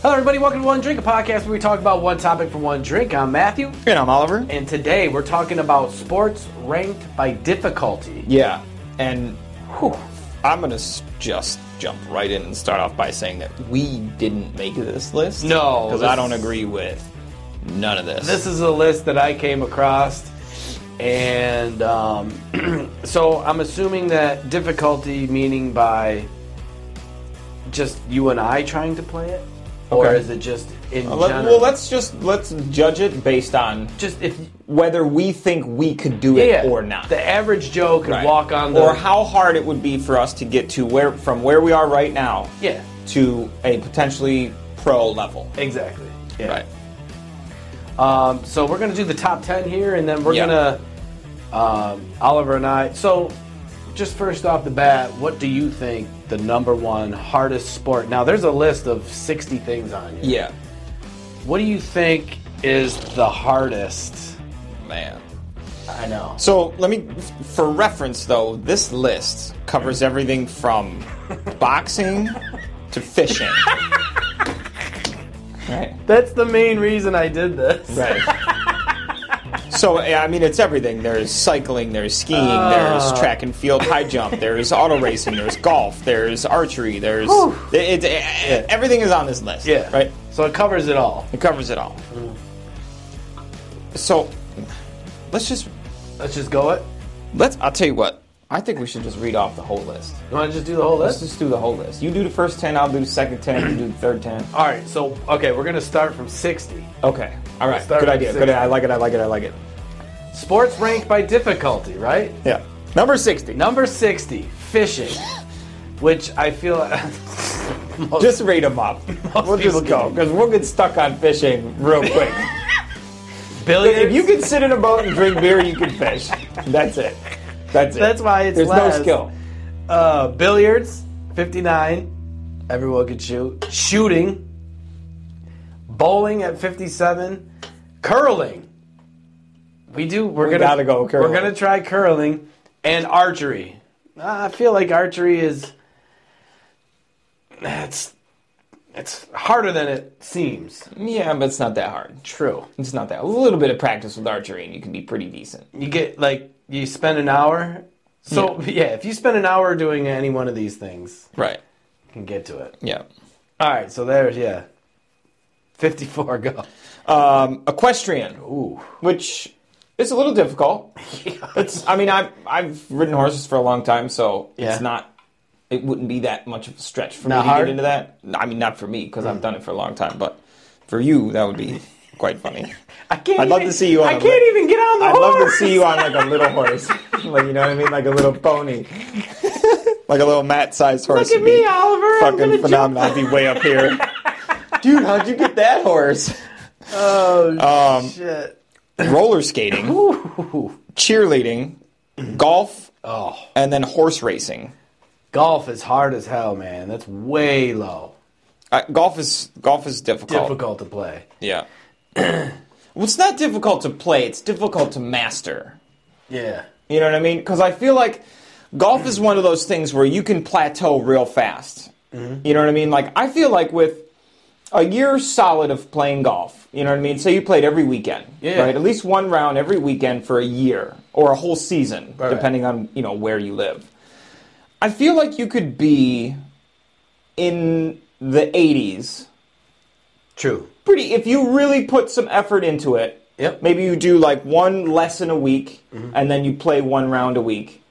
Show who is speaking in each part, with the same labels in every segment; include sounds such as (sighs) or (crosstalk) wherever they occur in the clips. Speaker 1: Hello, everybody. Welcome to One Drink, a podcast where we talk about one topic for one drink. I'm Matthew,
Speaker 2: And I'm Oliver.
Speaker 1: and today we're talking about sports ranked by difficulty.
Speaker 2: Yeah, and
Speaker 1: Whew.
Speaker 2: I'm gonna s- just jump right in and start off by saying that we didn't make this list.
Speaker 1: No,
Speaker 2: because
Speaker 1: this-
Speaker 2: I don't agree with none of this.
Speaker 1: This is a list that I came across, and um, (clears throat) so I'm assuming that difficulty meaning by just you and I trying to play it, or
Speaker 2: Okay. Uh,
Speaker 1: is it just in
Speaker 2: Let-
Speaker 1: general?
Speaker 2: well, let's just let's judge it based on
Speaker 1: just if
Speaker 2: whether we think we could do
Speaker 1: yeah,
Speaker 2: it or not.
Speaker 1: The average Joe could
Speaker 2: Right.
Speaker 1: walk on the
Speaker 2: or how hard it would be for us to get to where from where we are right now
Speaker 1: yeah
Speaker 2: to a potentially pro level.
Speaker 1: exactly yeah.
Speaker 2: Right.
Speaker 1: Um, so we're gonna do the top ten here, and then we're
Speaker 2: Yeah.
Speaker 1: gonna um, Oliver and I. So just first off the bat, what do you think the number one hardest sport? Now there's a list of sixty things on here.
Speaker 2: Yeah.
Speaker 1: What do you think is the hardest?
Speaker 2: Man.
Speaker 1: I know.
Speaker 2: So let me, for reference though, this list covers everything from boxing to fishing. right.
Speaker 1: That's the main reason I did this.
Speaker 2: Right. So I mean, it's everything. There's cycling, there's skiing,
Speaker 1: Uh.
Speaker 2: there's track and field, high jump, there's auto racing, there's golf, there's archery, there's
Speaker 1: Whew.
Speaker 2: it, it, everything is on this list.
Speaker 1: Yeah.
Speaker 2: Right.
Speaker 1: So it covers it all.
Speaker 2: It covers it all. So let's just
Speaker 1: Let's just go it.
Speaker 2: let's. I'll tell you what. I think we should just read off the whole list.
Speaker 1: You want to just do the whole list?
Speaker 2: Let's just do the whole list. You do the first 10, I'll do the second 10, you do the third 10.
Speaker 1: all right. So okay, we're gonna start from sixty.
Speaker 2: Okay. All right.
Speaker 1: Start
Speaker 2: Good
Speaker 1: with
Speaker 2: idea.
Speaker 1: six.
Speaker 2: Good idea. I like it. I like it. I like it.
Speaker 1: Sports ranked by difficulty, right?
Speaker 2: Yeah. Number 60.
Speaker 1: Number 60, fishing, which I feel (laughs) most,
Speaker 2: Just rate them up. we'll
Speaker 1: people
Speaker 2: just go
Speaker 1: can-
Speaker 2: because we'll get stuck on fishing
Speaker 1: (laughs)
Speaker 2: real quick.
Speaker 1: billiards.
Speaker 2: if you could sit in a boat and drink beer, you can fish. That's it. That's it.
Speaker 1: That's why it's
Speaker 2: There's
Speaker 1: last.
Speaker 2: no skill.
Speaker 1: uh, billiards, 59, everyone could shoot. Shooting, bowling at 57, curling. We do. We're gonna
Speaker 2: gotta go curling.
Speaker 1: We're gonna try curling and archery. Uh, I feel like archery is. It's, it's harder than it seems.
Speaker 2: Yeah, but it's not that hard.
Speaker 1: True.
Speaker 2: It's not that. A little bit of practice with archery and you can be pretty decent.
Speaker 1: you get like you spend an hour so yeah. if you spend an hour doing any one of these things
Speaker 2: Right.
Speaker 1: you can get to it
Speaker 2: Yeah.
Speaker 1: all right so there's yeah 54 go
Speaker 2: Um, equestrian.
Speaker 1: ooh
Speaker 2: which is a little (laughs) difficult. It's I mean I've I've ridden horses for a long time, so
Speaker 1: Yeah.
Speaker 2: it's not it wouldn't be that much of a stretch for
Speaker 1: Not
Speaker 2: me to
Speaker 1: hard?
Speaker 2: get into that. I mean not for me because I've done it for a long time, but for you that would (laughs) be quite funny.
Speaker 1: i can't
Speaker 2: I'd love
Speaker 1: even-
Speaker 2: to see you on
Speaker 1: i
Speaker 2: a-
Speaker 1: can't even get on the
Speaker 2: I'd love to
Speaker 1: horse.
Speaker 2: see you on like a little (laughs) horse, like you know what I mean, like a little (laughs) pony, like a little mat-sized horse.
Speaker 1: look at
Speaker 2: would be
Speaker 1: me oliver I'm gonna
Speaker 2: Fucking
Speaker 1: jump.
Speaker 2: phenomenal! I'd be way up (laughs) here, dude. How'd you get that horse?
Speaker 1: oh
Speaker 2: Um,
Speaker 1: shit
Speaker 2: roller skating.
Speaker 1: ooh.
Speaker 2: cheerleading, golf,
Speaker 1: oh
Speaker 2: and then horse racing.
Speaker 1: golf is hard as hell man that's way low
Speaker 2: Uh, golf is golf is difficult.
Speaker 1: difficult to play
Speaker 2: Yeah. (clears throat) well, it's not difficult to play. It's difficult to master.
Speaker 1: yeah
Speaker 2: You know what I mean? Because I feel like golf is one of those things where you can plateau real fast.
Speaker 1: Mm-hmm.
Speaker 2: You know what I mean? Like I feel like with a year solid of playing golf, you know what I mean? Say you played every weekend,
Speaker 1: Yeah.
Speaker 2: right? At least one round every weekend for a year or a whole season,
Speaker 1: Right.
Speaker 2: depending on you know where you live. I feel like you could be in the 80s
Speaker 1: true
Speaker 2: pretty if you really put some effort into it
Speaker 1: Yep. Mm-hmm.
Speaker 2: maybe you do like one lesson a week and then you play one round a week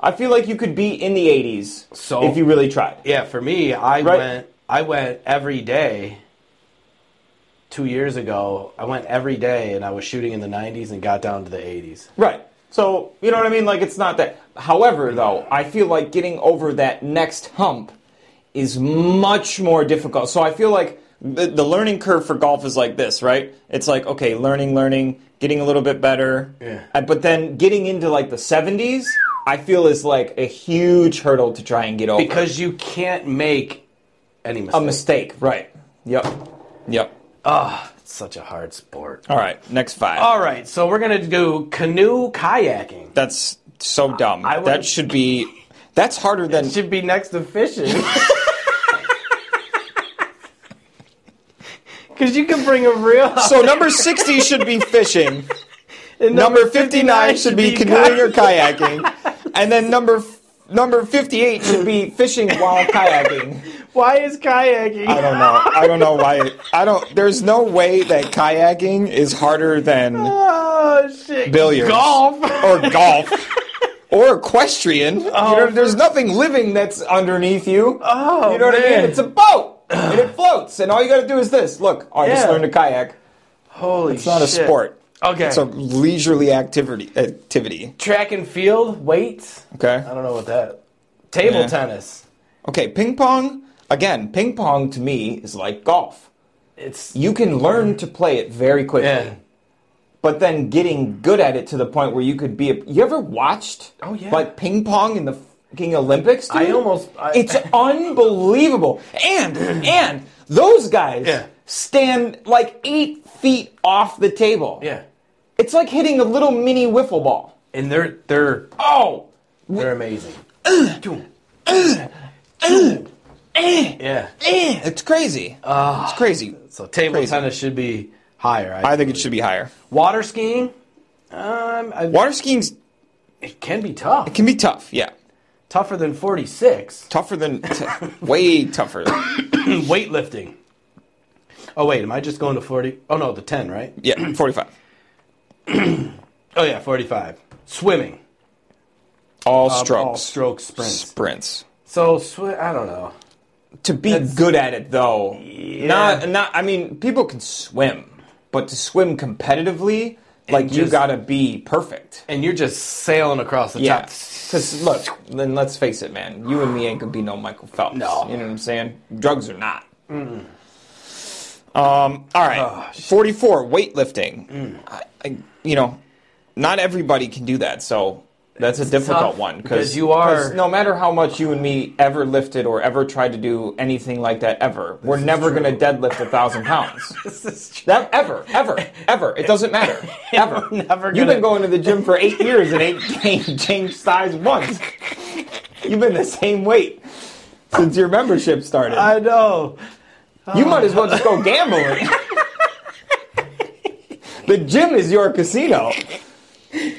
Speaker 2: i feel like you could be in the 80s
Speaker 1: So-
Speaker 2: if you really tried
Speaker 1: Yeah, for me, I
Speaker 2: Right.
Speaker 1: went. I went every day. Two years ago, I went every day, and I was shooting in the '90s and got down to the '80s.
Speaker 2: right so you know what i mean like it's not that however though i feel like getting over that next hump is much more difficult so i feel like the, the learning curve for golf is like this right it's like okay learning learning getting a little bit better
Speaker 1: Yeah.
Speaker 2: Uh, but then getting into like the 70s i feel is like a huge hurdle to try and get over
Speaker 1: Because you can't make any mistake.
Speaker 2: a mistake right yep yep
Speaker 1: It's such a hard sport.
Speaker 2: all right next five
Speaker 1: All right, so we're gonna do canoe kayaking.
Speaker 2: that's so dumb
Speaker 1: I would-
Speaker 2: that should be that's harder than (laughs)
Speaker 1: (laughs) Should be next to fishing. Because you can bring a real.
Speaker 2: So number 60 should be fishing.
Speaker 1: and
Speaker 2: number 59 should be canoeing or kayaking. And then number number 58 should be fishing while kayaking.
Speaker 1: Why is kayaking?
Speaker 2: I don't know. I don't know why. I don't. There's no way that kayaking is harder than
Speaker 1: Oh shit!
Speaker 2: Billiards.
Speaker 1: golf.
Speaker 2: or golf or equestrian. You know, there's nothing living that's underneath you.
Speaker 1: Oh,
Speaker 2: you know what I
Speaker 1: man.
Speaker 2: mean? It's a boat and it floats, and all you got to do is this. Look, I just
Speaker 1: Yeah.
Speaker 2: learned to kayak.
Speaker 1: Holy
Speaker 2: It's not a sport.
Speaker 1: Okay.
Speaker 2: It's a leisurely activity. Activity.
Speaker 1: Track and field, weights.
Speaker 2: Okay.
Speaker 1: I don't know what that. Table
Speaker 2: Yeah.
Speaker 1: tennis.
Speaker 2: Okay, ping pong. Again, ping pong to me is like golf.
Speaker 1: It's
Speaker 2: You can learn to play it very quickly,
Speaker 1: yeah.
Speaker 2: but then getting good at it to the point where you could be. A, you ever watched?
Speaker 1: Oh, yeah.
Speaker 2: like ping pong in the fucking Olympics. Dude?
Speaker 1: I almost- I- (laughs)
Speaker 2: it's unbelievable. And and those guys
Speaker 1: Yeah.
Speaker 2: stand like eight feet off the table.
Speaker 1: Yeah.
Speaker 2: it's like hitting a little mini wiffle ball.
Speaker 1: And they're they're
Speaker 2: Oh,
Speaker 1: they're
Speaker 2: (coughs)
Speaker 1: amazing. yeah.
Speaker 2: eh, it's crazy.
Speaker 1: Ah.
Speaker 2: it's crazy.
Speaker 1: So table
Speaker 2: Crazy.
Speaker 1: tennis should be higher.
Speaker 2: I think it should be higher.
Speaker 1: Water skiing. Um, I,
Speaker 2: Water skiing's
Speaker 1: it can be tough.
Speaker 2: can be tough. Yeah.
Speaker 1: Tougher than forty six.
Speaker 2: tougher than (laughs) t- way tougher
Speaker 1: Weightlifting. Oh wait, am I just going to forty? Oh no, the ten, right?
Speaker 2: yeah 45
Speaker 1: Oh yeah, forty five. Swimming.
Speaker 2: Um, all
Speaker 1: All
Speaker 2: strokes
Speaker 1: stroke sprints.
Speaker 2: sprints
Speaker 1: So sw- I don't know.
Speaker 2: to be good at it though not
Speaker 1: Yeah.
Speaker 2: not i mean people can swim but to swim competitively like you
Speaker 1: just-
Speaker 2: gotta be perfect
Speaker 1: And you're just sailing across the
Speaker 2: yeah
Speaker 1: top.
Speaker 2: because look then let's face it man you and me ain't gonna be no michael phelps
Speaker 1: No. Mm.
Speaker 2: you know what i'm saying drugs are not um all right
Speaker 1: Oh,
Speaker 2: 44 weightlifting
Speaker 1: Mm.
Speaker 2: I, I, you know not everybody can do that so that's a difficult
Speaker 1: tough
Speaker 2: one
Speaker 1: because you are-
Speaker 2: no matter how much you and me ever lifted or ever tried to do anything like that ever we're never going to deadlift a thousand pounds
Speaker 1: (laughs) This is true.
Speaker 2: that ever ever ever it doesn't
Speaker 1: (laughs)
Speaker 2: matter ever
Speaker 1: never
Speaker 2: you've
Speaker 1: gonna-
Speaker 2: been going to the gym for eight years and ain't changed, changed size once you've been the same weight since your membership started
Speaker 1: I know.
Speaker 2: you might as well just go gambling the gym is your casino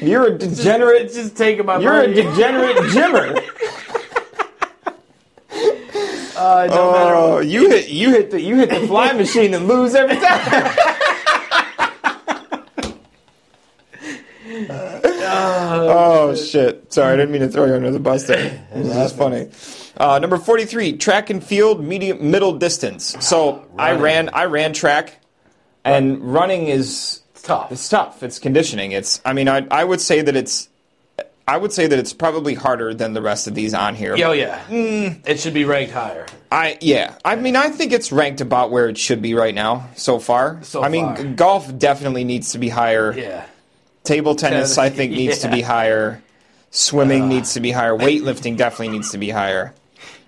Speaker 2: you're a degenerate
Speaker 1: It's just taking my
Speaker 2: you're a
Speaker 1: money.
Speaker 2: degenerate gymmer.
Speaker 1: Uh, it don't matter
Speaker 2: Oh, you hit you hit the you hit the fly machine and lose every time. oh shit! Sorry, I didn't mean to throw you under the bus there. This is funny. Uh, number forty-three: track and field, medium, middle distance. So I ran, I ran track, and running is
Speaker 1: It's tough.
Speaker 2: It's tough. It's conditioning. It's. I mean, I I would say that it's. I would say that it's probably harder than the rest of these on here.
Speaker 1: Oh yeah, it should be ranked higher.
Speaker 2: I yeah. I mean, I think it's ranked about where it should be right now so far.
Speaker 1: So
Speaker 2: I mean,
Speaker 1: far.
Speaker 2: g- golf definitely needs to be higher.
Speaker 1: Yeah,
Speaker 2: Table tennis,
Speaker 1: Yeah,
Speaker 2: I think, needs to be
Speaker 1: (laughs) yeah. Uh.
Speaker 2: higher. Swimming needs to be higher. Weightlifting definitely needs to be higher.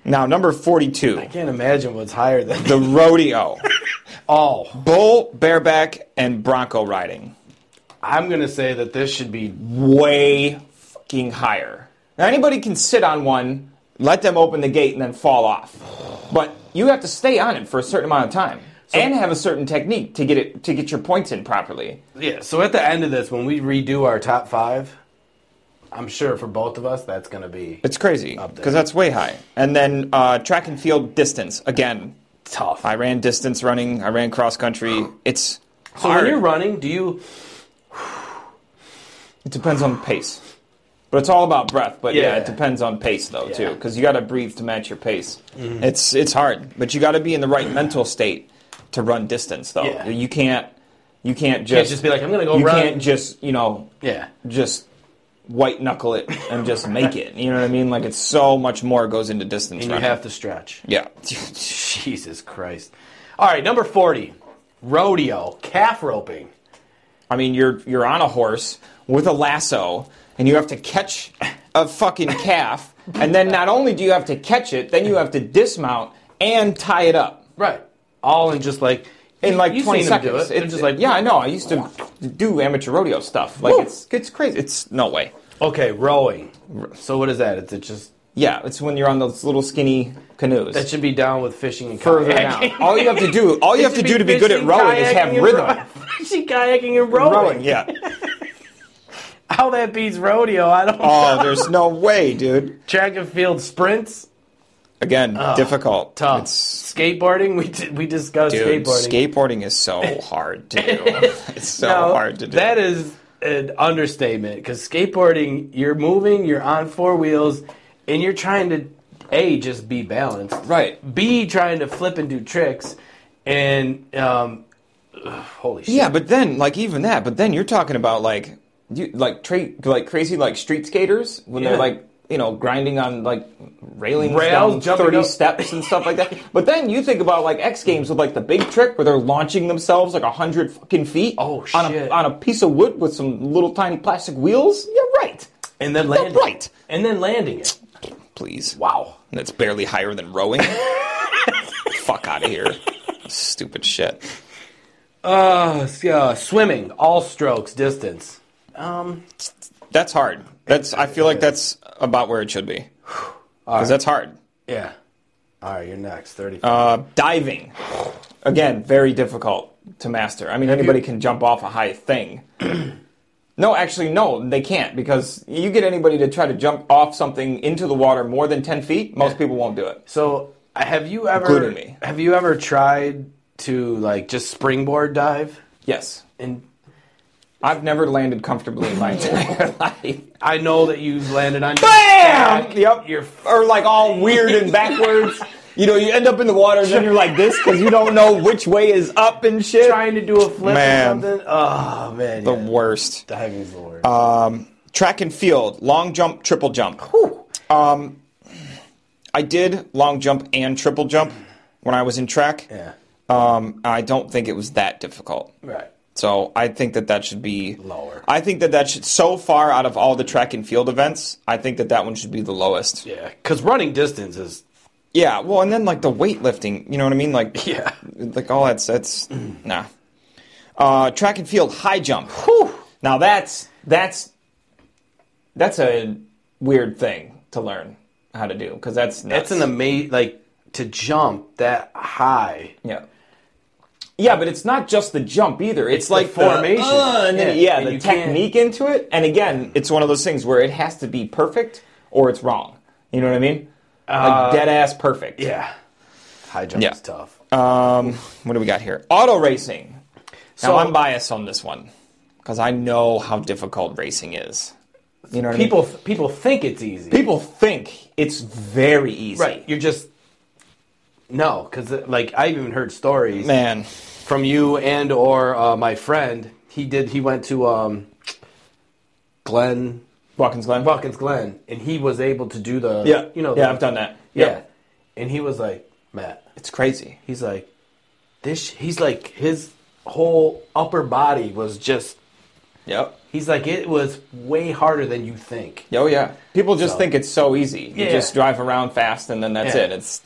Speaker 2: Now, number forty-two,
Speaker 1: can't imagine what's higher than (laughs)
Speaker 2: the rodeo,
Speaker 1: all.
Speaker 2: bull, bareback, and bronco riding,
Speaker 1: I'm gonna say that this should be.
Speaker 2: way fucking higher. Now, anybody can sit on one, let them open the gate, and then fall off. But you have to stay on it for a certain amount of time and have a certain technique to get it to get your points in properly.
Speaker 1: Yeah. So at the end of this, when we redo our top five, I'm sure for both of us that's gonna be
Speaker 2: It's crazy
Speaker 1: there.
Speaker 2: because that's way high. And then uh, track and field distance again.
Speaker 1: tough.
Speaker 2: I ran distance running. I ran cross country. It's
Speaker 1: so
Speaker 2: hard.
Speaker 1: when you're running, do you?
Speaker 2: It depends on pace. But it's all about breath. But yeah,
Speaker 1: Yeah.
Speaker 2: it depends on pace though too,
Speaker 1: Yeah. Mm-hmm.
Speaker 2: because you got to breathe to match your pace. It's it's hard, but you got to be in the right mental state to run distance though.
Speaker 1: Yeah.
Speaker 2: You can't you can't just,
Speaker 1: Can't just be like, I'm gonna go
Speaker 2: you
Speaker 1: run.
Speaker 2: can't just you know
Speaker 1: yeah.
Speaker 2: just white knuckle it and just make it. You know what I mean? Like it's so much more goes into distance
Speaker 1: And you
Speaker 2: running.
Speaker 1: have to stretch.
Speaker 2: yeah.
Speaker 1: Jesus Christ. All right, number forty, rodeo, calf roping.
Speaker 2: I mean, you're you're on a horse with a lasso, and you have to catch a fucking calf, and then not only do you have to catch it, then you have to dismount and tie it up
Speaker 1: Right. All in just like
Speaker 2: in like
Speaker 1: you've
Speaker 2: 20
Speaker 1: seen them
Speaker 2: seconds.
Speaker 1: do it. They're
Speaker 2: It-
Speaker 1: just like
Speaker 2: yeah, I know. I used to do amateur rodeo stuff. Like it's it's crazy. It's no way.
Speaker 1: Okay, rowing. So what is that? It's it just
Speaker 2: Yeah, it's when you're on those little skinny canoes.
Speaker 1: That should be down with fishing and
Speaker 2: further
Speaker 1: kayaking. (laughs)
Speaker 2: down. All you have to do, all you have to do to be good at
Speaker 1: Fishing,
Speaker 2: rowing is have
Speaker 1: kayaking, and
Speaker 2: rhythm.
Speaker 1: row- (laughs) Fishing, kayaking, and rowing.
Speaker 2: Rowing, yeah.
Speaker 1: How that beats rodeo, I don't know.
Speaker 2: Oh, there's no way, dude.
Speaker 1: Track and field sprints,
Speaker 2: Again, difficult.
Speaker 1: Oh, tough.
Speaker 2: It's,
Speaker 1: Skateboarding, we d- we discussed
Speaker 2: dude,
Speaker 1: skateboarding.
Speaker 2: skateboarding.
Speaker 1: (laughs)
Speaker 2: is so hard to do. (laughs) it's so
Speaker 1: No,
Speaker 2: hard to do.
Speaker 1: That is an understatement because skateboarding, you're moving, you're on four wheels, and you're trying to a just be balanced,
Speaker 2: Right.
Speaker 1: B trying to flip and do tricks, and um, (sighs) ugh, holy shit,
Speaker 2: Yeah, but then like even that, but then you're talking about like you like tra- like crazy like street skaters when
Speaker 1: Yeah.
Speaker 2: they're like you know grinding on like railings
Speaker 1: Rails,
Speaker 2: down
Speaker 1: jumping
Speaker 2: thirty
Speaker 1: up.
Speaker 2: steps and stuff
Speaker 1: (laughs)
Speaker 2: like that. But then you think about like X Games with like the big trick where they're launching themselves like hundred fucking feet
Speaker 1: Oh,
Speaker 2: on a
Speaker 1: shit.
Speaker 2: on a piece of wood with some little tiny plastic wheels. You're right.
Speaker 1: and then landing, it.
Speaker 2: right.
Speaker 1: and then landing it.
Speaker 2: Please.
Speaker 1: Wow,
Speaker 2: That's barely higher
Speaker 1: (laughs)
Speaker 2: than rowing. Fuck out of here. Stupid shit.
Speaker 1: uh, s- uh, swimming, all strokes, distance. Um,
Speaker 2: That's hard. That's I feel like that's about where it should be. Because that's hard.
Speaker 1: yeah. All right, you're next. Thirty.
Speaker 2: Uh, diving, again, very difficult to master. I mean, anybody
Speaker 1: you-
Speaker 2: can jump off a high thing. (clears throat) no, actually, no, they can't because you get anybody to try to jump off something into the water more than ten feet. Most people won't do it.
Speaker 1: So, have you ever
Speaker 2: Including me.
Speaker 1: have you ever tried to like just springboard dive?
Speaker 2: Yes,
Speaker 1: And
Speaker 2: I've never landed comfortably in my (laughs) entire life.
Speaker 1: I know that you landed on
Speaker 2: Bam!
Speaker 1: Your back.
Speaker 2: Yep.
Speaker 1: You're
Speaker 2: or like all weird and backwards. You know, you end up in the water, and then you're like this because you don't know which way is up and shit.
Speaker 1: trying to do a flip
Speaker 2: Man.
Speaker 1: or something. Oh man,
Speaker 2: the Uh,
Speaker 1: yeah.
Speaker 2: worst.
Speaker 1: diving's the worst.
Speaker 2: track and field, long jump, triple jump. Um, I did long jump and triple jump when I was in track.
Speaker 1: yeah,
Speaker 2: Um, I don't think it was that difficult.
Speaker 1: right.
Speaker 2: So I think that that should be
Speaker 1: Lower.
Speaker 2: I think that that should so far out of all the track and field events, I think that that one should be the lowest.
Speaker 1: Yeah, because running distance is
Speaker 2: Yeah, well, and then like the weightlifting, you know what I mean?
Speaker 1: (laughs)
Speaker 2: Like
Speaker 1: Yeah.
Speaker 2: like all that's that's (clears throat) nah. Uh, track and field high jump. Whew. Now that's that's that's a weird thing to learn how to do because that's nuts.
Speaker 1: that's an amazing like to jump that high.
Speaker 2: yeah. Yeah, but it's not just the jump either. It's, like the-
Speaker 1: formation.
Speaker 2: uh, and then-
Speaker 1: Yeah,
Speaker 2: yeah,
Speaker 1: and
Speaker 2: the
Speaker 1: you can't-
Speaker 2: technique into it. And again, it's one of those things where it has to be perfect or it's wrong. You know what I mean? like dead ass perfect.
Speaker 1: Uh, Yeah, high jump
Speaker 2: Yeah.
Speaker 1: is tough.
Speaker 2: Um, what do we got here? Auto racing.
Speaker 1: So-
Speaker 2: now I'm biased on this one because I know how difficult racing is. You know, what I mean?
Speaker 1: people people think it's easy.
Speaker 2: people think it's very easy.
Speaker 1: right? You're just no, because like I even heard stories.
Speaker 2: man.
Speaker 1: from you and or uh, my friend. He did. He went to um, Glen
Speaker 2: Watkins Glen.
Speaker 1: Buckets Glen, and he was able to do the.
Speaker 2: yeah,
Speaker 1: you know.
Speaker 2: Yeah,
Speaker 1: the-
Speaker 2: I've done that.
Speaker 1: Yeah,
Speaker 2: Yep.
Speaker 1: and he was like Matt.
Speaker 2: it's crazy.
Speaker 1: He's like this. He's like his whole upper body was just.
Speaker 2: Yep.
Speaker 1: He's like it was way harder than you think.
Speaker 2: Oh yeah. People just
Speaker 1: So-
Speaker 2: think it's so easy. You
Speaker 1: Yeah.
Speaker 2: just drive around fast and then that's
Speaker 1: Yeah.
Speaker 2: it. It's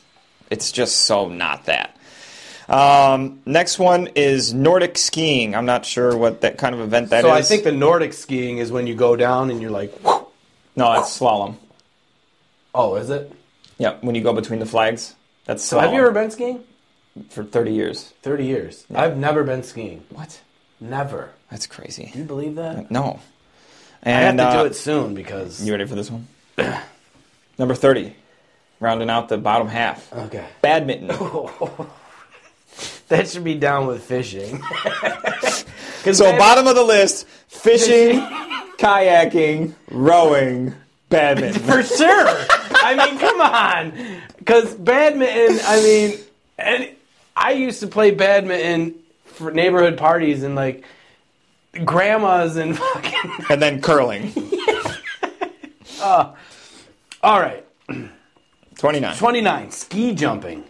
Speaker 2: it's just so not that. Um, next one is Nordic skiing. I'm not sure what that kind of event that is.
Speaker 1: so I think the Nordic skiing is when you go down and you're like, "Whew."
Speaker 2: no, that's slalom.
Speaker 1: oh, is it?
Speaker 2: Yeah, when you go between the flags. That's
Speaker 1: So have you ever been skiing?
Speaker 2: for 30 years?
Speaker 1: Thirty years. I've never been skiing.
Speaker 2: What?
Speaker 1: Never.
Speaker 2: That's crazy.
Speaker 1: You believe that?
Speaker 2: No.
Speaker 1: I have
Speaker 2: And
Speaker 1: to
Speaker 2: uh,
Speaker 1: do it soon because
Speaker 2: you ready for this one? (clears throat) Number 30. Rounding out the bottom half.
Speaker 1: Okay. (laughs)
Speaker 2: Badminton.
Speaker 1: Oh. That should be down with fishing.
Speaker 2: so bottom of the list, fishing, (laughs) kayaking, rowing,
Speaker 1: (laughs)
Speaker 2: badminton.
Speaker 1: for sure. I mean, come on. Because badminton, I mean, and I used to play badminton for neighborhood parties and like grandmas and (laughs) fucking.
Speaker 2: and then curling.
Speaker 1: All right,
Speaker 2: 29.
Speaker 1: twenty-nine ski jumping.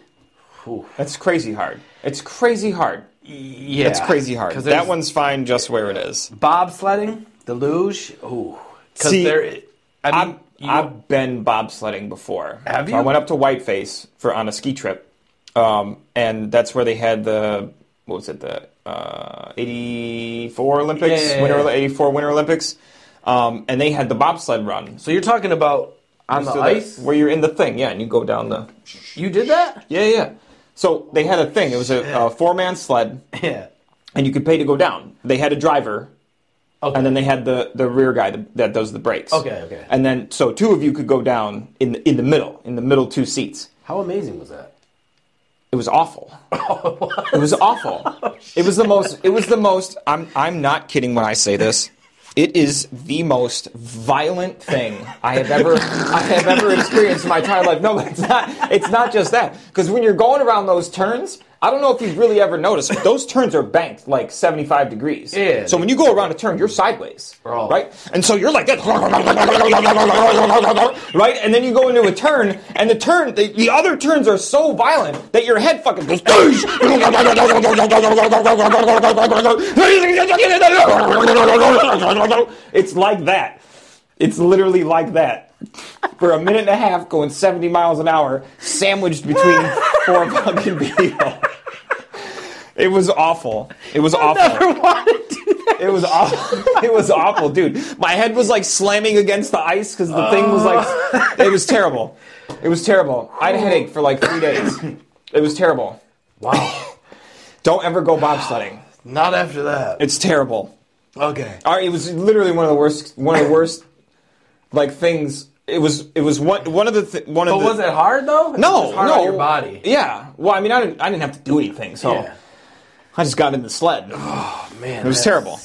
Speaker 1: Whew.
Speaker 2: That's crazy hard. It's crazy hard.
Speaker 1: Yeah,
Speaker 2: It's crazy hard. That one's fine just where it is.
Speaker 1: bobsledding, the luge. Ooh, because
Speaker 2: See,
Speaker 1: there. I mean,
Speaker 2: I've,
Speaker 1: you-
Speaker 2: I've been bobsledding before.
Speaker 1: Have
Speaker 2: So
Speaker 1: you?
Speaker 2: I went up to Whiteface for on a ski trip, um, and that's where they had the what was it the uh, '84 Olympics,
Speaker 1: Yeah, yeah,
Speaker 2: Winter
Speaker 1: yeah.
Speaker 2: '84 Winter Olympics, um, and they had the bobsled run.
Speaker 1: so you're talking about On
Speaker 2: Used
Speaker 1: the
Speaker 2: to that-
Speaker 1: ice?
Speaker 2: where you're in the thing, yeah, and you go down the.
Speaker 1: You did that? (laughs)
Speaker 2: Yeah, yeah. So they had a thing. It was a, a four-man sled,
Speaker 1: Yeah.
Speaker 2: and you could pay to go down. They had a driver,
Speaker 1: Okay.
Speaker 2: and then they had the the rear guy th- that does the brakes.
Speaker 1: Okay, okay.
Speaker 2: And then so two of you could go down in the, in the middle, in the middle two seats.
Speaker 1: How amazing was that?
Speaker 2: It was awful. it was awful. it was the most. It was the most. I'm. I'm not kidding when I say this. It is the most violent thing I have ever. I have ever experienced in my entire life. No, but it's not. It's not just that. Because when you're going around those turns, I don't know if you've really ever noticed, but those turns are banked like 75 degrees.
Speaker 1: Yeah.
Speaker 2: So when you go around a turn, you're sideways,
Speaker 1: Bro.
Speaker 2: right? And so you're like this, right? And then you go into a turn, and the turn, the, the other turns are so violent that your head fucking goes. (laughs) it's like that. It's literally like that. For a minute and a half, going 70 miles an hour, sandwiched between four fucking people. It was awful. It was awful. (laughs) It was awful. (laughs) It was awful, dude. My head was like slamming against the ice because the thing was
Speaker 1: Oh.
Speaker 2: like. It was terrible. It was terrible. I had a headache for like three days. It was terrible.
Speaker 1: Wow.
Speaker 2: Don't ever go bobsledding.
Speaker 1: Not after that.
Speaker 2: It's terrible.
Speaker 1: okay.
Speaker 2: All right, it was literally one of the worst. One of the worst. Like things. It was. It was one. One of the. Th- one
Speaker 1: But
Speaker 2: of the.
Speaker 1: was it hard though?
Speaker 2: No,
Speaker 1: It's hard
Speaker 2: no.
Speaker 1: on your body.
Speaker 2: Yeah. Well, I mean, I didn't. I didn't have to do anything, so
Speaker 1: Yeah.
Speaker 2: I just got in the sled.
Speaker 1: Man,
Speaker 2: It was terrible.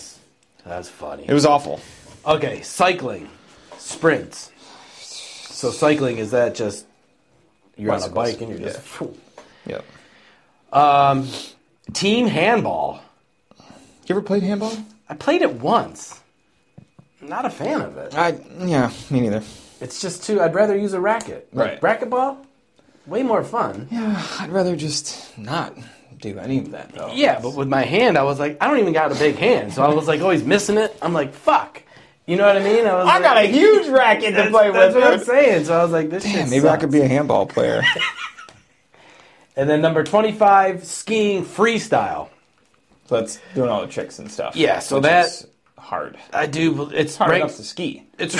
Speaker 1: That's funny.
Speaker 2: It was awful.
Speaker 1: Okay, cycling, sprints. So cycling is that just you're on a
Speaker 2: Bicycles.
Speaker 1: bike and you're just
Speaker 2: Yeah.
Speaker 1: um, team handball.
Speaker 2: You ever played handball?
Speaker 1: I played it once. Not a fan of it.
Speaker 2: I yeah, me neither.
Speaker 1: It's just too. I'd rather use a racket. Like,
Speaker 2: Right.
Speaker 1: Racquetball, way more fun. Yeah.
Speaker 2: I'd rather just not do any of that though.
Speaker 1: but with my hand, I was like, I don't even got a big hand, so I was like always missing it. I'm like, fuck. You know what I mean? I was.
Speaker 2: I
Speaker 1: like,
Speaker 2: got a huge racket to
Speaker 1: That's,
Speaker 2: play
Speaker 1: that's
Speaker 2: with.
Speaker 1: what I'm
Speaker 2: dude.
Speaker 1: saying. So I was like, this. shit
Speaker 2: Damn, maybe I
Speaker 1: sucks.
Speaker 2: could be a handball
Speaker 1: (laughs)
Speaker 2: player.
Speaker 1: And then number 25, skiing freestyle.
Speaker 2: so that's doing all the tricks and stuff.
Speaker 1: Yeah, so
Speaker 2: which
Speaker 1: that-
Speaker 2: is hard.
Speaker 1: I do. bel- It's
Speaker 2: Hard
Speaker 1: ranked.
Speaker 2: enough to ski.
Speaker 1: It's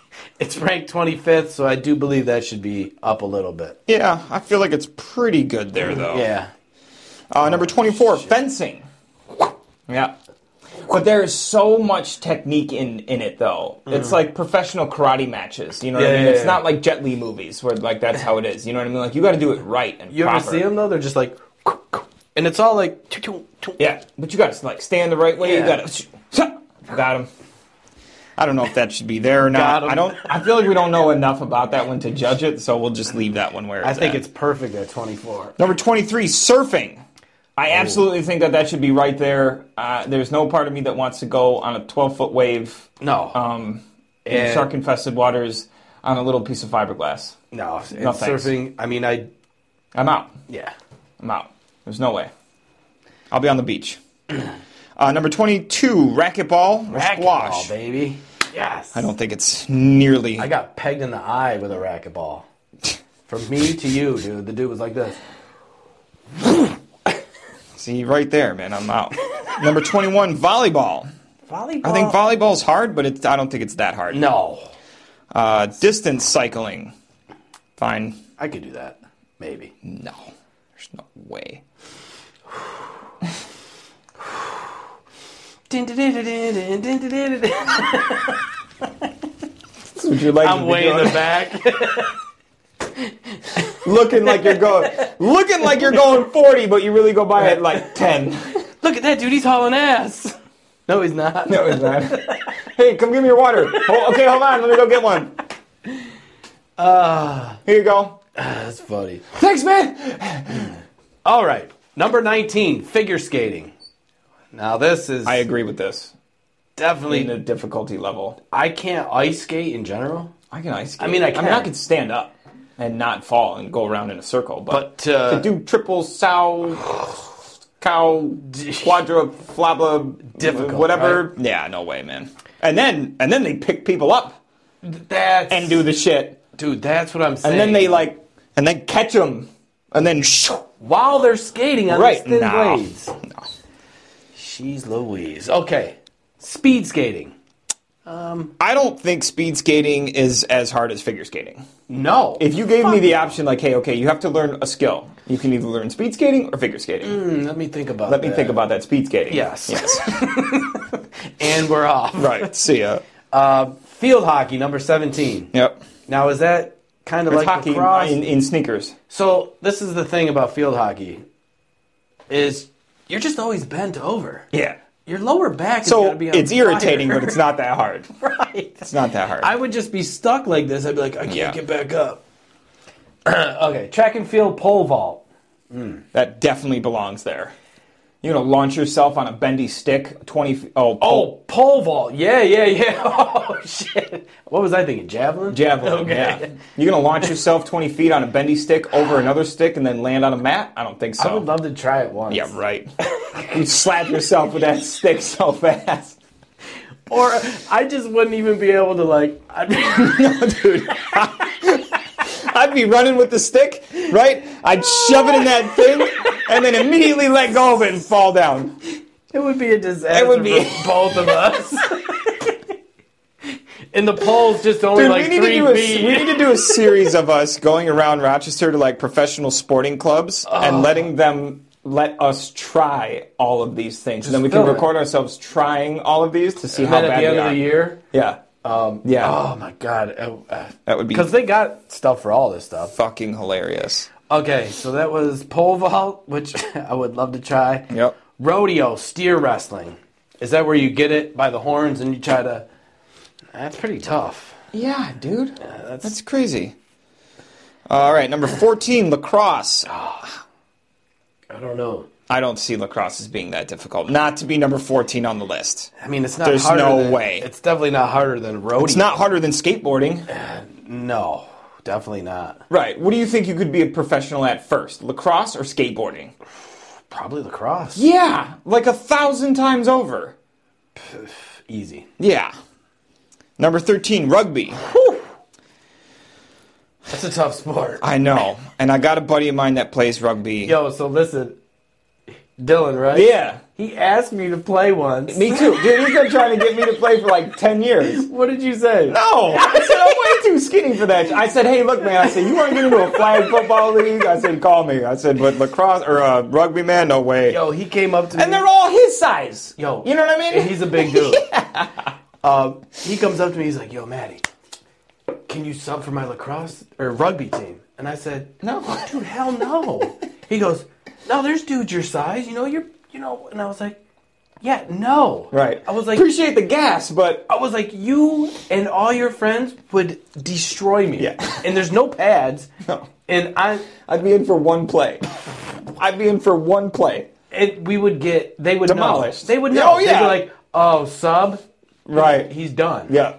Speaker 1: (laughs) it's ranked 25th, so I do believe that should be up a little bit.
Speaker 2: Yeah, I feel like it's pretty good there though.
Speaker 1: Yeah.
Speaker 2: Uh, number 24, fencing. Yeah. But there is so much technique in, in it, though. It's like professional karate matches. You know what
Speaker 1: Mm-hmm. Yeah,
Speaker 2: I mean?
Speaker 1: yeah,
Speaker 2: it's
Speaker 1: yeah.
Speaker 2: not like Jet Li movies where like that's how it is. You know what I mean? Like you got to do it right and
Speaker 1: You ever
Speaker 2: proper.
Speaker 1: see them though? They're just like, and it's all like,
Speaker 2: Yeah, but you got to like stand the right way. You
Speaker 1: Yeah.
Speaker 2: got to got him. I don't know if that should be there or
Speaker 1: Got
Speaker 2: not.
Speaker 1: 'em.
Speaker 2: I don't. I feel like we don't know enough about that one to judge it, so we'll just leave that one where
Speaker 1: I think
Speaker 2: at.
Speaker 1: it's perfect at 24.
Speaker 2: Number 23, surfing. I
Speaker 1: Oh.
Speaker 2: absolutely think that that should be right there. Uh, there's no part of me that wants to go on a 12 foot wave
Speaker 1: No,
Speaker 2: um, in
Speaker 1: And-
Speaker 2: shark infested waters on a little piece of fiberglass.
Speaker 1: no. And
Speaker 2: Um, no, thanks.
Speaker 1: surfing. I mean, I
Speaker 2: I'm out.
Speaker 1: yeah.
Speaker 2: I'm out. There's no way. I'll be on the beach. (clears throat) Uh, number 22, racquetball or
Speaker 1: Racquetball,
Speaker 2: squash.
Speaker 1: baby. Yes.
Speaker 2: I don't think it's nearly.
Speaker 1: I got pegged in the eye with a (laughs) racquetball. From me to you, dude. The dude was like this.
Speaker 2: See, right there, man. I'm out. number 21, volleyball.
Speaker 1: Volleyball.
Speaker 2: I think volleyball's hard, but it's, I don't think it's that hard.
Speaker 1: No,
Speaker 2: Uh, distance cycling. Fine.
Speaker 1: I could do that. Maybe.
Speaker 2: No. There's no way.
Speaker 1: I'm
Speaker 2: Would you like to be
Speaker 1: way in (laughs)
Speaker 2: doing?
Speaker 1: the back.
Speaker 2: looking like you're going looking like you're going 40, but you really go by it like (laughs) 10.
Speaker 1: Look at that dude, he's hauling ass. No, he's not.
Speaker 2: No, it's not. Hey, come give me your water. Oh, okay, hold on. Let me go get one.
Speaker 1: Ah,
Speaker 2: Here you go.
Speaker 1: that's funny.
Speaker 2: Uh. Thanks, man.
Speaker 1: All right, number 19, figure skating. Now, this is
Speaker 2: I agree with this. In the
Speaker 1: definitely.
Speaker 2: difficulty level,
Speaker 1: I can't ice skate in general,
Speaker 2: I can ice. Skate.
Speaker 1: I mean, I
Speaker 2: I mean, I
Speaker 1: can.
Speaker 2: could stand up and not fall and go around in a circle, but,
Speaker 1: but uh,
Speaker 2: to do triple sow
Speaker 1: (sighs)
Speaker 2: cow quadra flabba
Speaker 1: Difficult,
Speaker 2: whatever. Yeah, no way, man. And then and then they pick people up
Speaker 1: that's.
Speaker 2: and do the shit,
Speaker 1: dude, that's what I'm saying.
Speaker 2: and then they like and then catch them, and then shoo.
Speaker 1: While they're skating on
Speaker 2: Right,
Speaker 1: these thin
Speaker 2: no.
Speaker 1: blades. She's Louise. Okay, speed skating.
Speaker 2: I don't think speed skating is as hard as figure skating.
Speaker 1: No.
Speaker 2: If you gave me the option, like, hey, okay, you have to learn a skill. You can either learn speed skating or figure skating.
Speaker 1: Hmm, let me think about
Speaker 2: Let me think about that speed skating.
Speaker 1: Yes. (laughs) and we're off.
Speaker 2: right. See ya.
Speaker 1: Uh, field hockey, number 17.
Speaker 2: Yep.
Speaker 1: Now, is that kind of like
Speaker 2: Hockey
Speaker 1: lacrosse?
Speaker 2: in, in sneakers.
Speaker 1: So this is the thing about field hockey, is you're just always bent over.
Speaker 2: Yeah.
Speaker 1: Your lower back is
Speaker 2: So
Speaker 1: gonna be on
Speaker 2: it's
Speaker 1: fire.
Speaker 2: irritating, but it's not that (laughs) hard.
Speaker 1: (laughs) right.
Speaker 2: It's not that hard.
Speaker 1: I would just be stuck like this. I'd be like, I can't
Speaker 2: Yeah.
Speaker 1: get back up. (clears throat) okay, track and field pole vault.
Speaker 2: that definitely belongs there. You know, launch yourself on a bendy stick, 20 feet. Oh,
Speaker 1: Oh, pole vault. Yeah, yeah, yeah. (laughs) Oh shit. What was I thinking? Javelin.
Speaker 2: Javelin.
Speaker 1: (laughs) Okay.
Speaker 2: Yeah. You're going to launch yourself 20 feet on a bendy stick over another stick and then land on a mat? I don't think so.
Speaker 1: I would love to try it once.
Speaker 2: yeah, right. you slap yourself with that stick so fast.
Speaker 1: Or I just wouldn't even be able to like. I'd be-
Speaker 2: Dude. I'd be running with the stick, right? I'd shove it in that thing and then immediately let go of it and fall down.
Speaker 1: (laughs) It would be a disaster
Speaker 2: It would be-
Speaker 1: for both of us. (laughs) and the pole's just only
Speaker 2: Dude,
Speaker 1: like
Speaker 2: we, need to
Speaker 1: three
Speaker 2: do a,
Speaker 1: feet.
Speaker 2: we need to do a series of us going around Rochester to like professional sporting clubs
Speaker 1: Oh.
Speaker 2: and letting them let us try all of these things. And then we can
Speaker 1: film it.
Speaker 2: record ourselves trying all of these to see
Speaker 1: and
Speaker 2: how
Speaker 1: then
Speaker 2: bad
Speaker 1: at the
Speaker 2: we
Speaker 1: end of
Speaker 2: are.
Speaker 1: the year,
Speaker 2: Yeah. yeah.
Speaker 1: oh my god,
Speaker 2: that would be
Speaker 1: because they got stuff for all this stuff.
Speaker 2: fucking hilarious.
Speaker 1: Okay, so that was pole vault, which (laughs) I would love to try.
Speaker 2: Yep.
Speaker 1: Rodeo steer wrestling. Is that where you get it by the horns and you try to? That's pretty tough.
Speaker 2: Yeah, dude.
Speaker 1: that's-
Speaker 2: that's... crazy. All right, number 14, lacrosse.
Speaker 1: I don't know.
Speaker 2: I don't see lacrosse as being that difficult. Not to be number 14 on the list.
Speaker 1: I mean, it's not.
Speaker 2: There's
Speaker 1: harder
Speaker 2: no
Speaker 1: than-
Speaker 2: way.
Speaker 1: It's definitely not harder than rodeo.
Speaker 2: It's not harder than skateboarding.
Speaker 1: No, definitely not.
Speaker 2: Right. What do you think you could be a professional at first? Lacrosse or skateboarding?
Speaker 1: Probably lacrosse.
Speaker 2: Yeah, like a thousand times over.
Speaker 1: Easy.
Speaker 2: Yeah. Number 13, rugby.
Speaker 1: That's a tough sport.
Speaker 2: I know. And I got a buddy of mine that plays rugby.
Speaker 1: Yo, so listen, Dylan, right?
Speaker 2: Yeah.
Speaker 1: He asked me to play once.
Speaker 2: Me too. Dude, he's been trying to get me to play for like
Speaker 1: (laughs)
Speaker 2: 10 years.
Speaker 1: What did you say?
Speaker 2: No, I said I'm way too skinny for that. I said, "Hey, look, man. I said you want to get into a flag football league? I said, call me. I said, but lacrosse or uh, rugby, man, no way.
Speaker 1: Yo, Oh, he came up to me.
Speaker 2: and they're all his size.
Speaker 1: Yo,
Speaker 2: you know what I mean?
Speaker 1: and he's a
Speaker 2: (laughs)
Speaker 1: big dude. um, he comes up to me. He's like, "Yo, Maddie, can you sub for my lacrosse or rugby team?" And I said,
Speaker 2: No.
Speaker 1: (laughs) dude, hell
Speaker 2: (laughs)
Speaker 1: no." he goes, "No, there's dudes your size. You know, you're, you know." And I was like, "Yeah, no."
Speaker 2: right.
Speaker 1: I was like,
Speaker 2: appreciate the gas, but
Speaker 1: I was like, you and all your friends would destroy me.
Speaker 2: Yeah.
Speaker 1: And there's no pads.
Speaker 2: (laughs) No.
Speaker 1: And I
Speaker 2: I'd be in for one play. I'd be in for one play.
Speaker 1: and we would get they would
Speaker 2: Demolished.
Speaker 1: know. They would
Speaker 2: Yeah,
Speaker 1: know.
Speaker 2: oh, yeah.
Speaker 1: They'd be like, oh, sub,
Speaker 2: Right.
Speaker 1: he's done.
Speaker 2: yeah.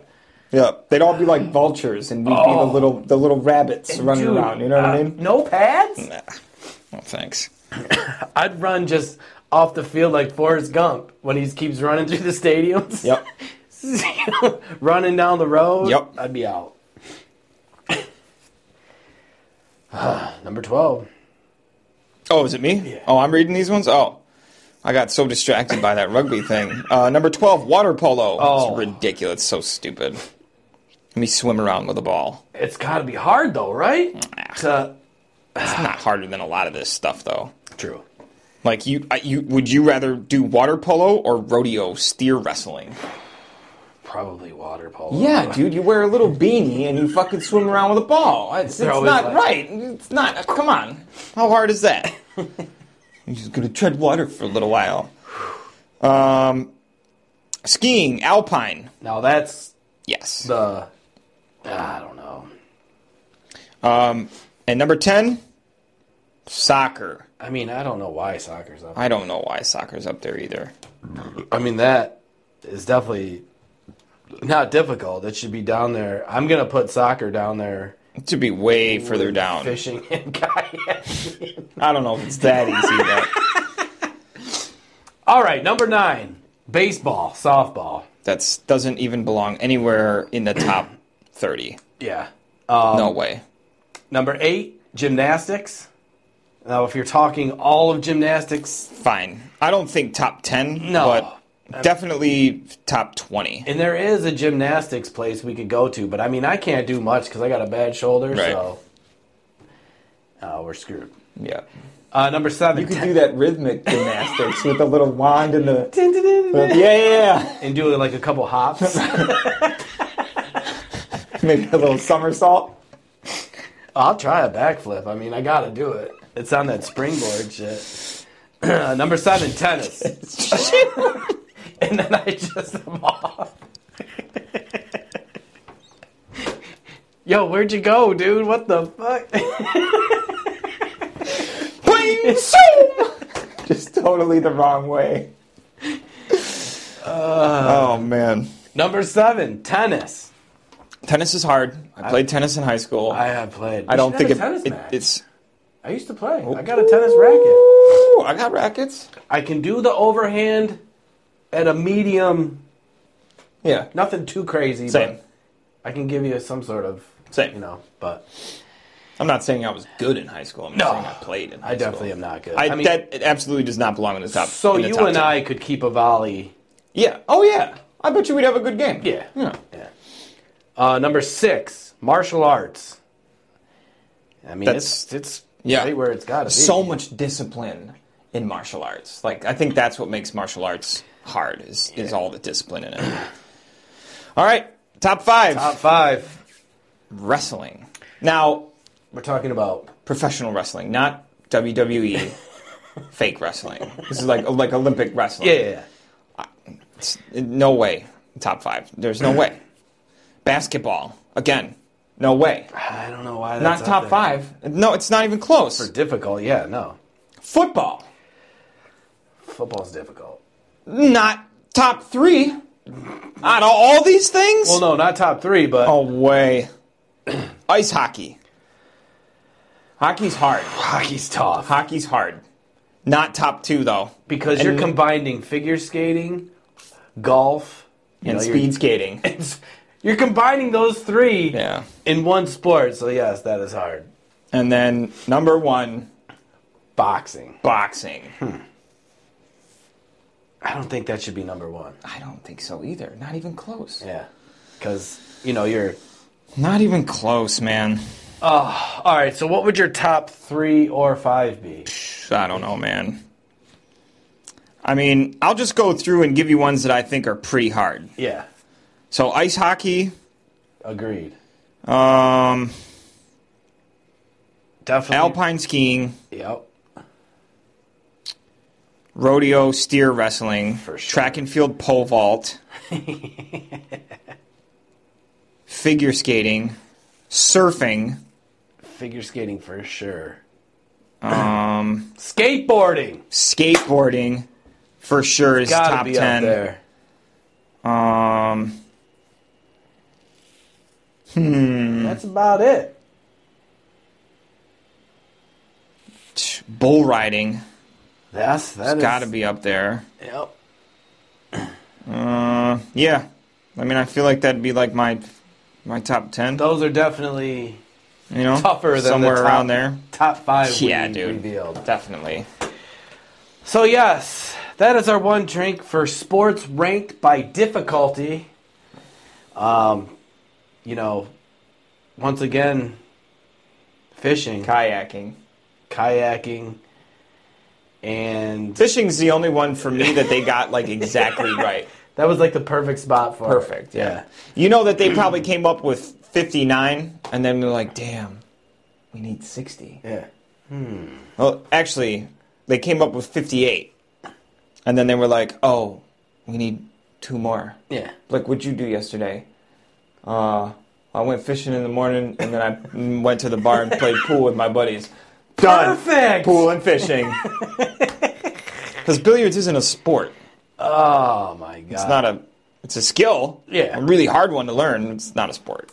Speaker 2: Yeah. They'd all be like vultures and we'd be
Speaker 1: Oh.
Speaker 2: the little the little rabbits running
Speaker 1: Dude,
Speaker 2: around, you know what I
Speaker 1: uh,
Speaker 2: mean?
Speaker 1: No pads?
Speaker 2: Ah. Well, thanks.
Speaker 1: I'd run just off the field like Forrest Gump when he keeps running through the stadiums.
Speaker 2: Yep.
Speaker 1: (laughs) running down the road.
Speaker 2: Yep.
Speaker 1: I'd be out. (sighs) Number 12.
Speaker 2: (laughs) Oh, is it me? Oh, I'm reading these ones? Oh. I got so distracted by that rugby thing. Uh, number 12, water polo.
Speaker 1: Oh.
Speaker 2: It's ridiculous. So stupid. Let me swim around with a ball.
Speaker 1: It's got to be hard though, right? To-
Speaker 2: It's not harder than a lot of this stuff, though.
Speaker 1: True.
Speaker 2: Like you, I- you would you rather do water polo or rodeo steer wrestling?
Speaker 1: Probably water polo.
Speaker 2: Yeah, dude, you wear a little beanie and you fucking swim around with a ball. It's, it's
Speaker 1: They're always
Speaker 2: not
Speaker 1: like-
Speaker 2: right. It's not. Come on. How hard is that? (laughs) You're just gonna tread water for a little while. Um, skiing, alpine.
Speaker 1: Now that's
Speaker 2: Yes.
Speaker 1: the. I don't know.
Speaker 2: And number ten, soccer.
Speaker 1: I mean, I don't know why soccer's up.
Speaker 2: I don't know why soccer's up there either.
Speaker 1: I mean, that is definitely not difficult. It should be down there. I'm gonna put soccer down there.
Speaker 2: It should be way further down.
Speaker 1: Fishing (laughs) and kayaking.
Speaker 2: I don't know if it's that easy. (laughs) But
Speaker 1: All right, number nine: baseball, softball.
Speaker 2: that doesn't even belong anywhere in the top thirty.
Speaker 1: Yeah.
Speaker 2: no way.
Speaker 1: Number eight: gymnastics. Now, if you're talking all of gymnastics,
Speaker 2: fine. I don't think top ten,
Speaker 1: No.
Speaker 2: but definitely top 20.
Speaker 1: And there is a gymnastics place we could go to, but I mean, I can't do much because I got a bad shoulder,
Speaker 2: Right.
Speaker 1: so uh, we're screwed.
Speaker 2: Yeah.
Speaker 1: Uh, number seven.
Speaker 2: You could do that rhythmic gymnastics with a little wand
Speaker 1: (laughs)
Speaker 2: and the.
Speaker 1: that.
Speaker 2: Yeah, yeah,
Speaker 1: And do like a couple hops.
Speaker 2: yeah. Maybe a little somersault.
Speaker 1: I'll try a backflip. I mean, I gotta do it. It's on that springboard shit. (clears throat) number seven, tennis. (laughs) and then I just (laughs) am off. Yo, where'd you go, dude? What the fuck? (laughs)
Speaker 2: Pling, zoom! (laughs) Just totally the wrong way. oh man,
Speaker 1: number seven, tennis.
Speaker 2: tennis is hard. I played tennis in high school.
Speaker 1: I
Speaker 2: I,
Speaker 1: have played.
Speaker 2: don't think
Speaker 1: it,
Speaker 2: it,
Speaker 1: tennis
Speaker 2: it- Oh.
Speaker 1: match.
Speaker 2: it's.
Speaker 1: I used to play. I got a tennis racket.
Speaker 2: Ooh, I got rackets.
Speaker 1: I can do the overhand at a medium.
Speaker 2: Yeah,
Speaker 1: Nothing too crazy.
Speaker 2: same,
Speaker 1: But I can give you some sort of.
Speaker 2: same.
Speaker 1: You know, but
Speaker 2: I'm not saying I was good in high school. I'm
Speaker 1: No.
Speaker 2: just saying I played in high
Speaker 1: I definitely
Speaker 2: school.
Speaker 1: am not good.
Speaker 2: I,
Speaker 1: mean,
Speaker 2: that it absolutely does not belong in the top.
Speaker 1: So
Speaker 2: in the
Speaker 1: you
Speaker 2: top
Speaker 1: and
Speaker 2: 10.
Speaker 1: I could keep a volley.
Speaker 2: Yeah. Oh yeah. I bet you we'd have a good game.
Speaker 1: Yeah.
Speaker 2: Yeah.
Speaker 1: Yeah. Uh, number six, martial arts. I mean,
Speaker 2: That's-
Speaker 1: it's it's
Speaker 2: yeah.
Speaker 1: right where it's got to be.
Speaker 2: so much discipline in martial arts. Like I think that's what makes martial arts hard is is all the discipline in it. all right, top five
Speaker 1: Top five.
Speaker 2: wrestling. Now
Speaker 1: We're talking about
Speaker 2: professional wrestling, not (laughs) WWE fake wrestling. This is like like Olympic wrestling.
Speaker 1: yeah, yeah, yeah.
Speaker 2: It's- no way. Top five. There's no way. Basketball again. No way.
Speaker 1: I don't know why
Speaker 2: Not
Speaker 1: that's
Speaker 2: top five. No, it's not even close.
Speaker 1: Difficult. Yeah. No.
Speaker 2: Football.
Speaker 1: Football's difficult.
Speaker 2: Not top three. Out of all these things.
Speaker 1: Well, no, not top three, but
Speaker 2: No way. (clears throat) Ice hockey. Hockey's hard.
Speaker 1: hockey's tough
Speaker 2: Hockey's hard. Not top two though.
Speaker 1: because you're
Speaker 2: And-
Speaker 1: combining figure skating, golf, you
Speaker 2: And
Speaker 1: know, you're-
Speaker 2: speed skating.
Speaker 1: (laughs) You're combining those three
Speaker 2: Yeah.
Speaker 1: in one sport, so yes, that is hard.
Speaker 2: And then number one,
Speaker 1: Boxing.
Speaker 2: boxing.
Speaker 1: I don't think that should be number one.
Speaker 2: I don't think so either. Not even close.
Speaker 1: Yeah, because you know you're.
Speaker 2: Not even close, man.
Speaker 1: All right, so what would your top three or five be?
Speaker 2: I don't know, man. I mean, I'll just go through and give you ones that I think are pretty hard.
Speaker 1: Yeah,
Speaker 2: So ice hockey,
Speaker 1: agreed.
Speaker 2: um,
Speaker 1: Definitely.
Speaker 2: alpine skiing,
Speaker 1: Yep.
Speaker 2: rodeo, steer wrestling,
Speaker 1: sure.
Speaker 2: track and field pole (laughs) vault, figure skating, surfing,
Speaker 1: Figure skating for sure. Um, (clears throat) skateboarding.
Speaker 2: skateboarding, for sure is
Speaker 1: Gotta
Speaker 2: top
Speaker 1: be
Speaker 2: ten.
Speaker 1: up there.
Speaker 2: Um, hmm.
Speaker 1: That's about it.
Speaker 2: t- bull riding
Speaker 1: That's that
Speaker 2: gotta be up there.
Speaker 1: Yep.
Speaker 2: Uh, yeah, I mean, I feel like that'd be like my my top ten.
Speaker 1: Those are definitely
Speaker 2: You know,
Speaker 1: tougher than
Speaker 2: somewhere
Speaker 1: the top,
Speaker 2: around there.
Speaker 1: Top five.
Speaker 2: Yeah,
Speaker 1: we
Speaker 2: dude.
Speaker 1: Revealed.
Speaker 2: Definitely.
Speaker 1: So, yes, that is our one drink for sports ranked by difficulty. Um, you know, once again, fishing,
Speaker 2: Kayaking.
Speaker 1: kayaking, and
Speaker 2: Fishing's the only one for (laughs) me that they got like exactly right.
Speaker 1: that was like the perfect spot for it.
Speaker 2: Perfect. Yeah. You know that they probably came up with 59 and then they're like, "Damn, we need 60."
Speaker 1: Yeah. yeah.
Speaker 2: Well, actually, they came up with 58. And then they were like, "Oh, we need two more."
Speaker 1: Yeah.
Speaker 2: Like, what'd you do yesterday? Uh, I went fishing in the morning and then I (laughs) went to the bar and played pool with my buddies. Done.
Speaker 1: Perfect.
Speaker 2: pool and (laughs) fishing. Because billiards isn't a sport.
Speaker 1: Oh my god.
Speaker 2: It's not a. It's a skill.
Speaker 1: Yeah.
Speaker 2: A really hard one to learn. It's not a sport.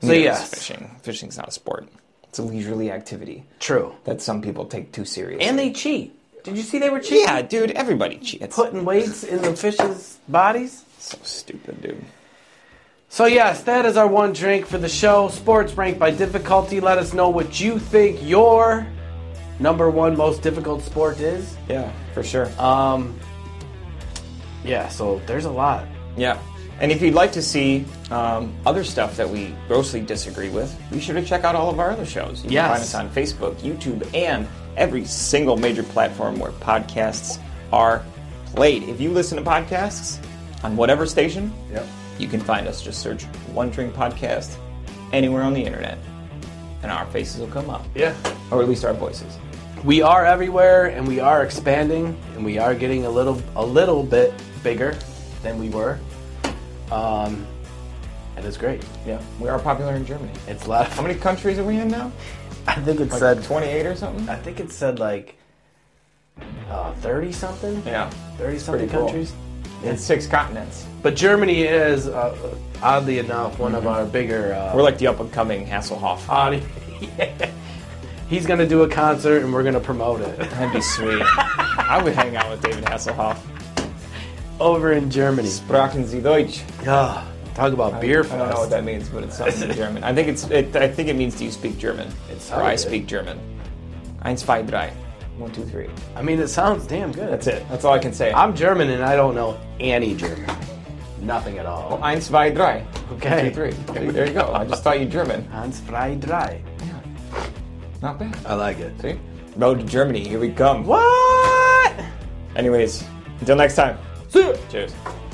Speaker 1: so
Speaker 2: Neither is
Speaker 1: yes,
Speaker 2: Fishing. Fishing's not a sport. It's a leisurely activity
Speaker 1: true.
Speaker 2: that some people take too seriously.
Speaker 1: And they cheat. Did you see they were cheating?
Speaker 2: Yeah, dude. Everybody cheats.
Speaker 1: Putting weights in the fish's bodies.
Speaker 2: so stupid, dude.
Speaker 1: So, yes, that is our one drink for the show. Sports ranked by difficulty. Let us know what you think your number one most difficult sport is.
Speaker 2: Yeah, for sure.
Speaker 1: Um, Yeah, so there's a lot.
Speaker 2: Yeah. And if you'd like to see um, other stuff that we grossly disagree with, be sure to check out all of our other shows. You
Speaker 1: Yes.
Speaker 2: can find us on Facebook, YouTube, and every single major platform where podcasts are played. If you listen to podcasts on whatever station,
Speaker 1: Yep.
Speaker 2: you can find us. Just search One Drink Podcast anywhere on the internet, and our faces will come up,
Speaker 1: Yeah.
Speaker 2: or at least our voices.
Speaker 1: We are everywhere and we are expanding and we are getting a little a little bit bigger than we were. Um and it's great.
Speaker 2: Yeah, we are popular in Germany.
Speaker 1: It's a lot of
Speaker 2: How many countries are we in now?
Speaker 1: (laughs) I think it
Speaker 2: Like
Speaker 1: said
Speaker 2: 28 or something?
Speaker 1: I think it said like uh, 30 something.
Speaker 2: Yeah.
Speaker 1: 30 something
Speaker 2: Pretty cool.
Speaker 1: countries.
Speaker 2: In six continents.
Speaker 1: But Germany is uh, oddly enough one of
Speaker 2: Mm-hmm.
Speaker 1: our bigger uh,
Speaker 2: We're like the up and coming Hasselhoff.
Speaker 1: audi- Ah, Yeah. He's going to do a concert and we're going to promote it
Speaker 2: (laughs) That'd
Speaker 1: (laughs)
Speaker 2: be sweet. I would hang out with David Hasselhoff.
Speaker 1: over in Germany.
Speaker 2: Sprachen Sie Deutsch?
Speaker 1: Ah, talk about beer
Speaker 2: I don't know what
Speaker 1: fest.
Speaker 2: that means, but it's something in German. I think it's. It, I think it means Do you speak German?
Speaker 1: It's
Speaker 2: or I
Speaker 1: probably-
Speaker 2: speak German. Eins, zwei, drei. One, two, three.
Speaker 1: I mean, it sounds damn good.
Speaker 2: That's it. That's all I can say.
Speaker 1: I'm German and I don't know any German. Nothing at all.
Speaker 2: Eins, zwei, drei.
Speaker 1: Okay.
Speaker 2: Two, three. There, there you go. I just taught you German.
Speaker 1: Hans frei drei.
Speaker 2: Yeah. Not bad.
Speaker 1: I like it.
Speaker 2: See? Road to Germany. Here we come.
Speaker 1: What?
Speaker 2: Anyways, until next time.
Speaker 1: See ya.
Speaker 2: Cheers.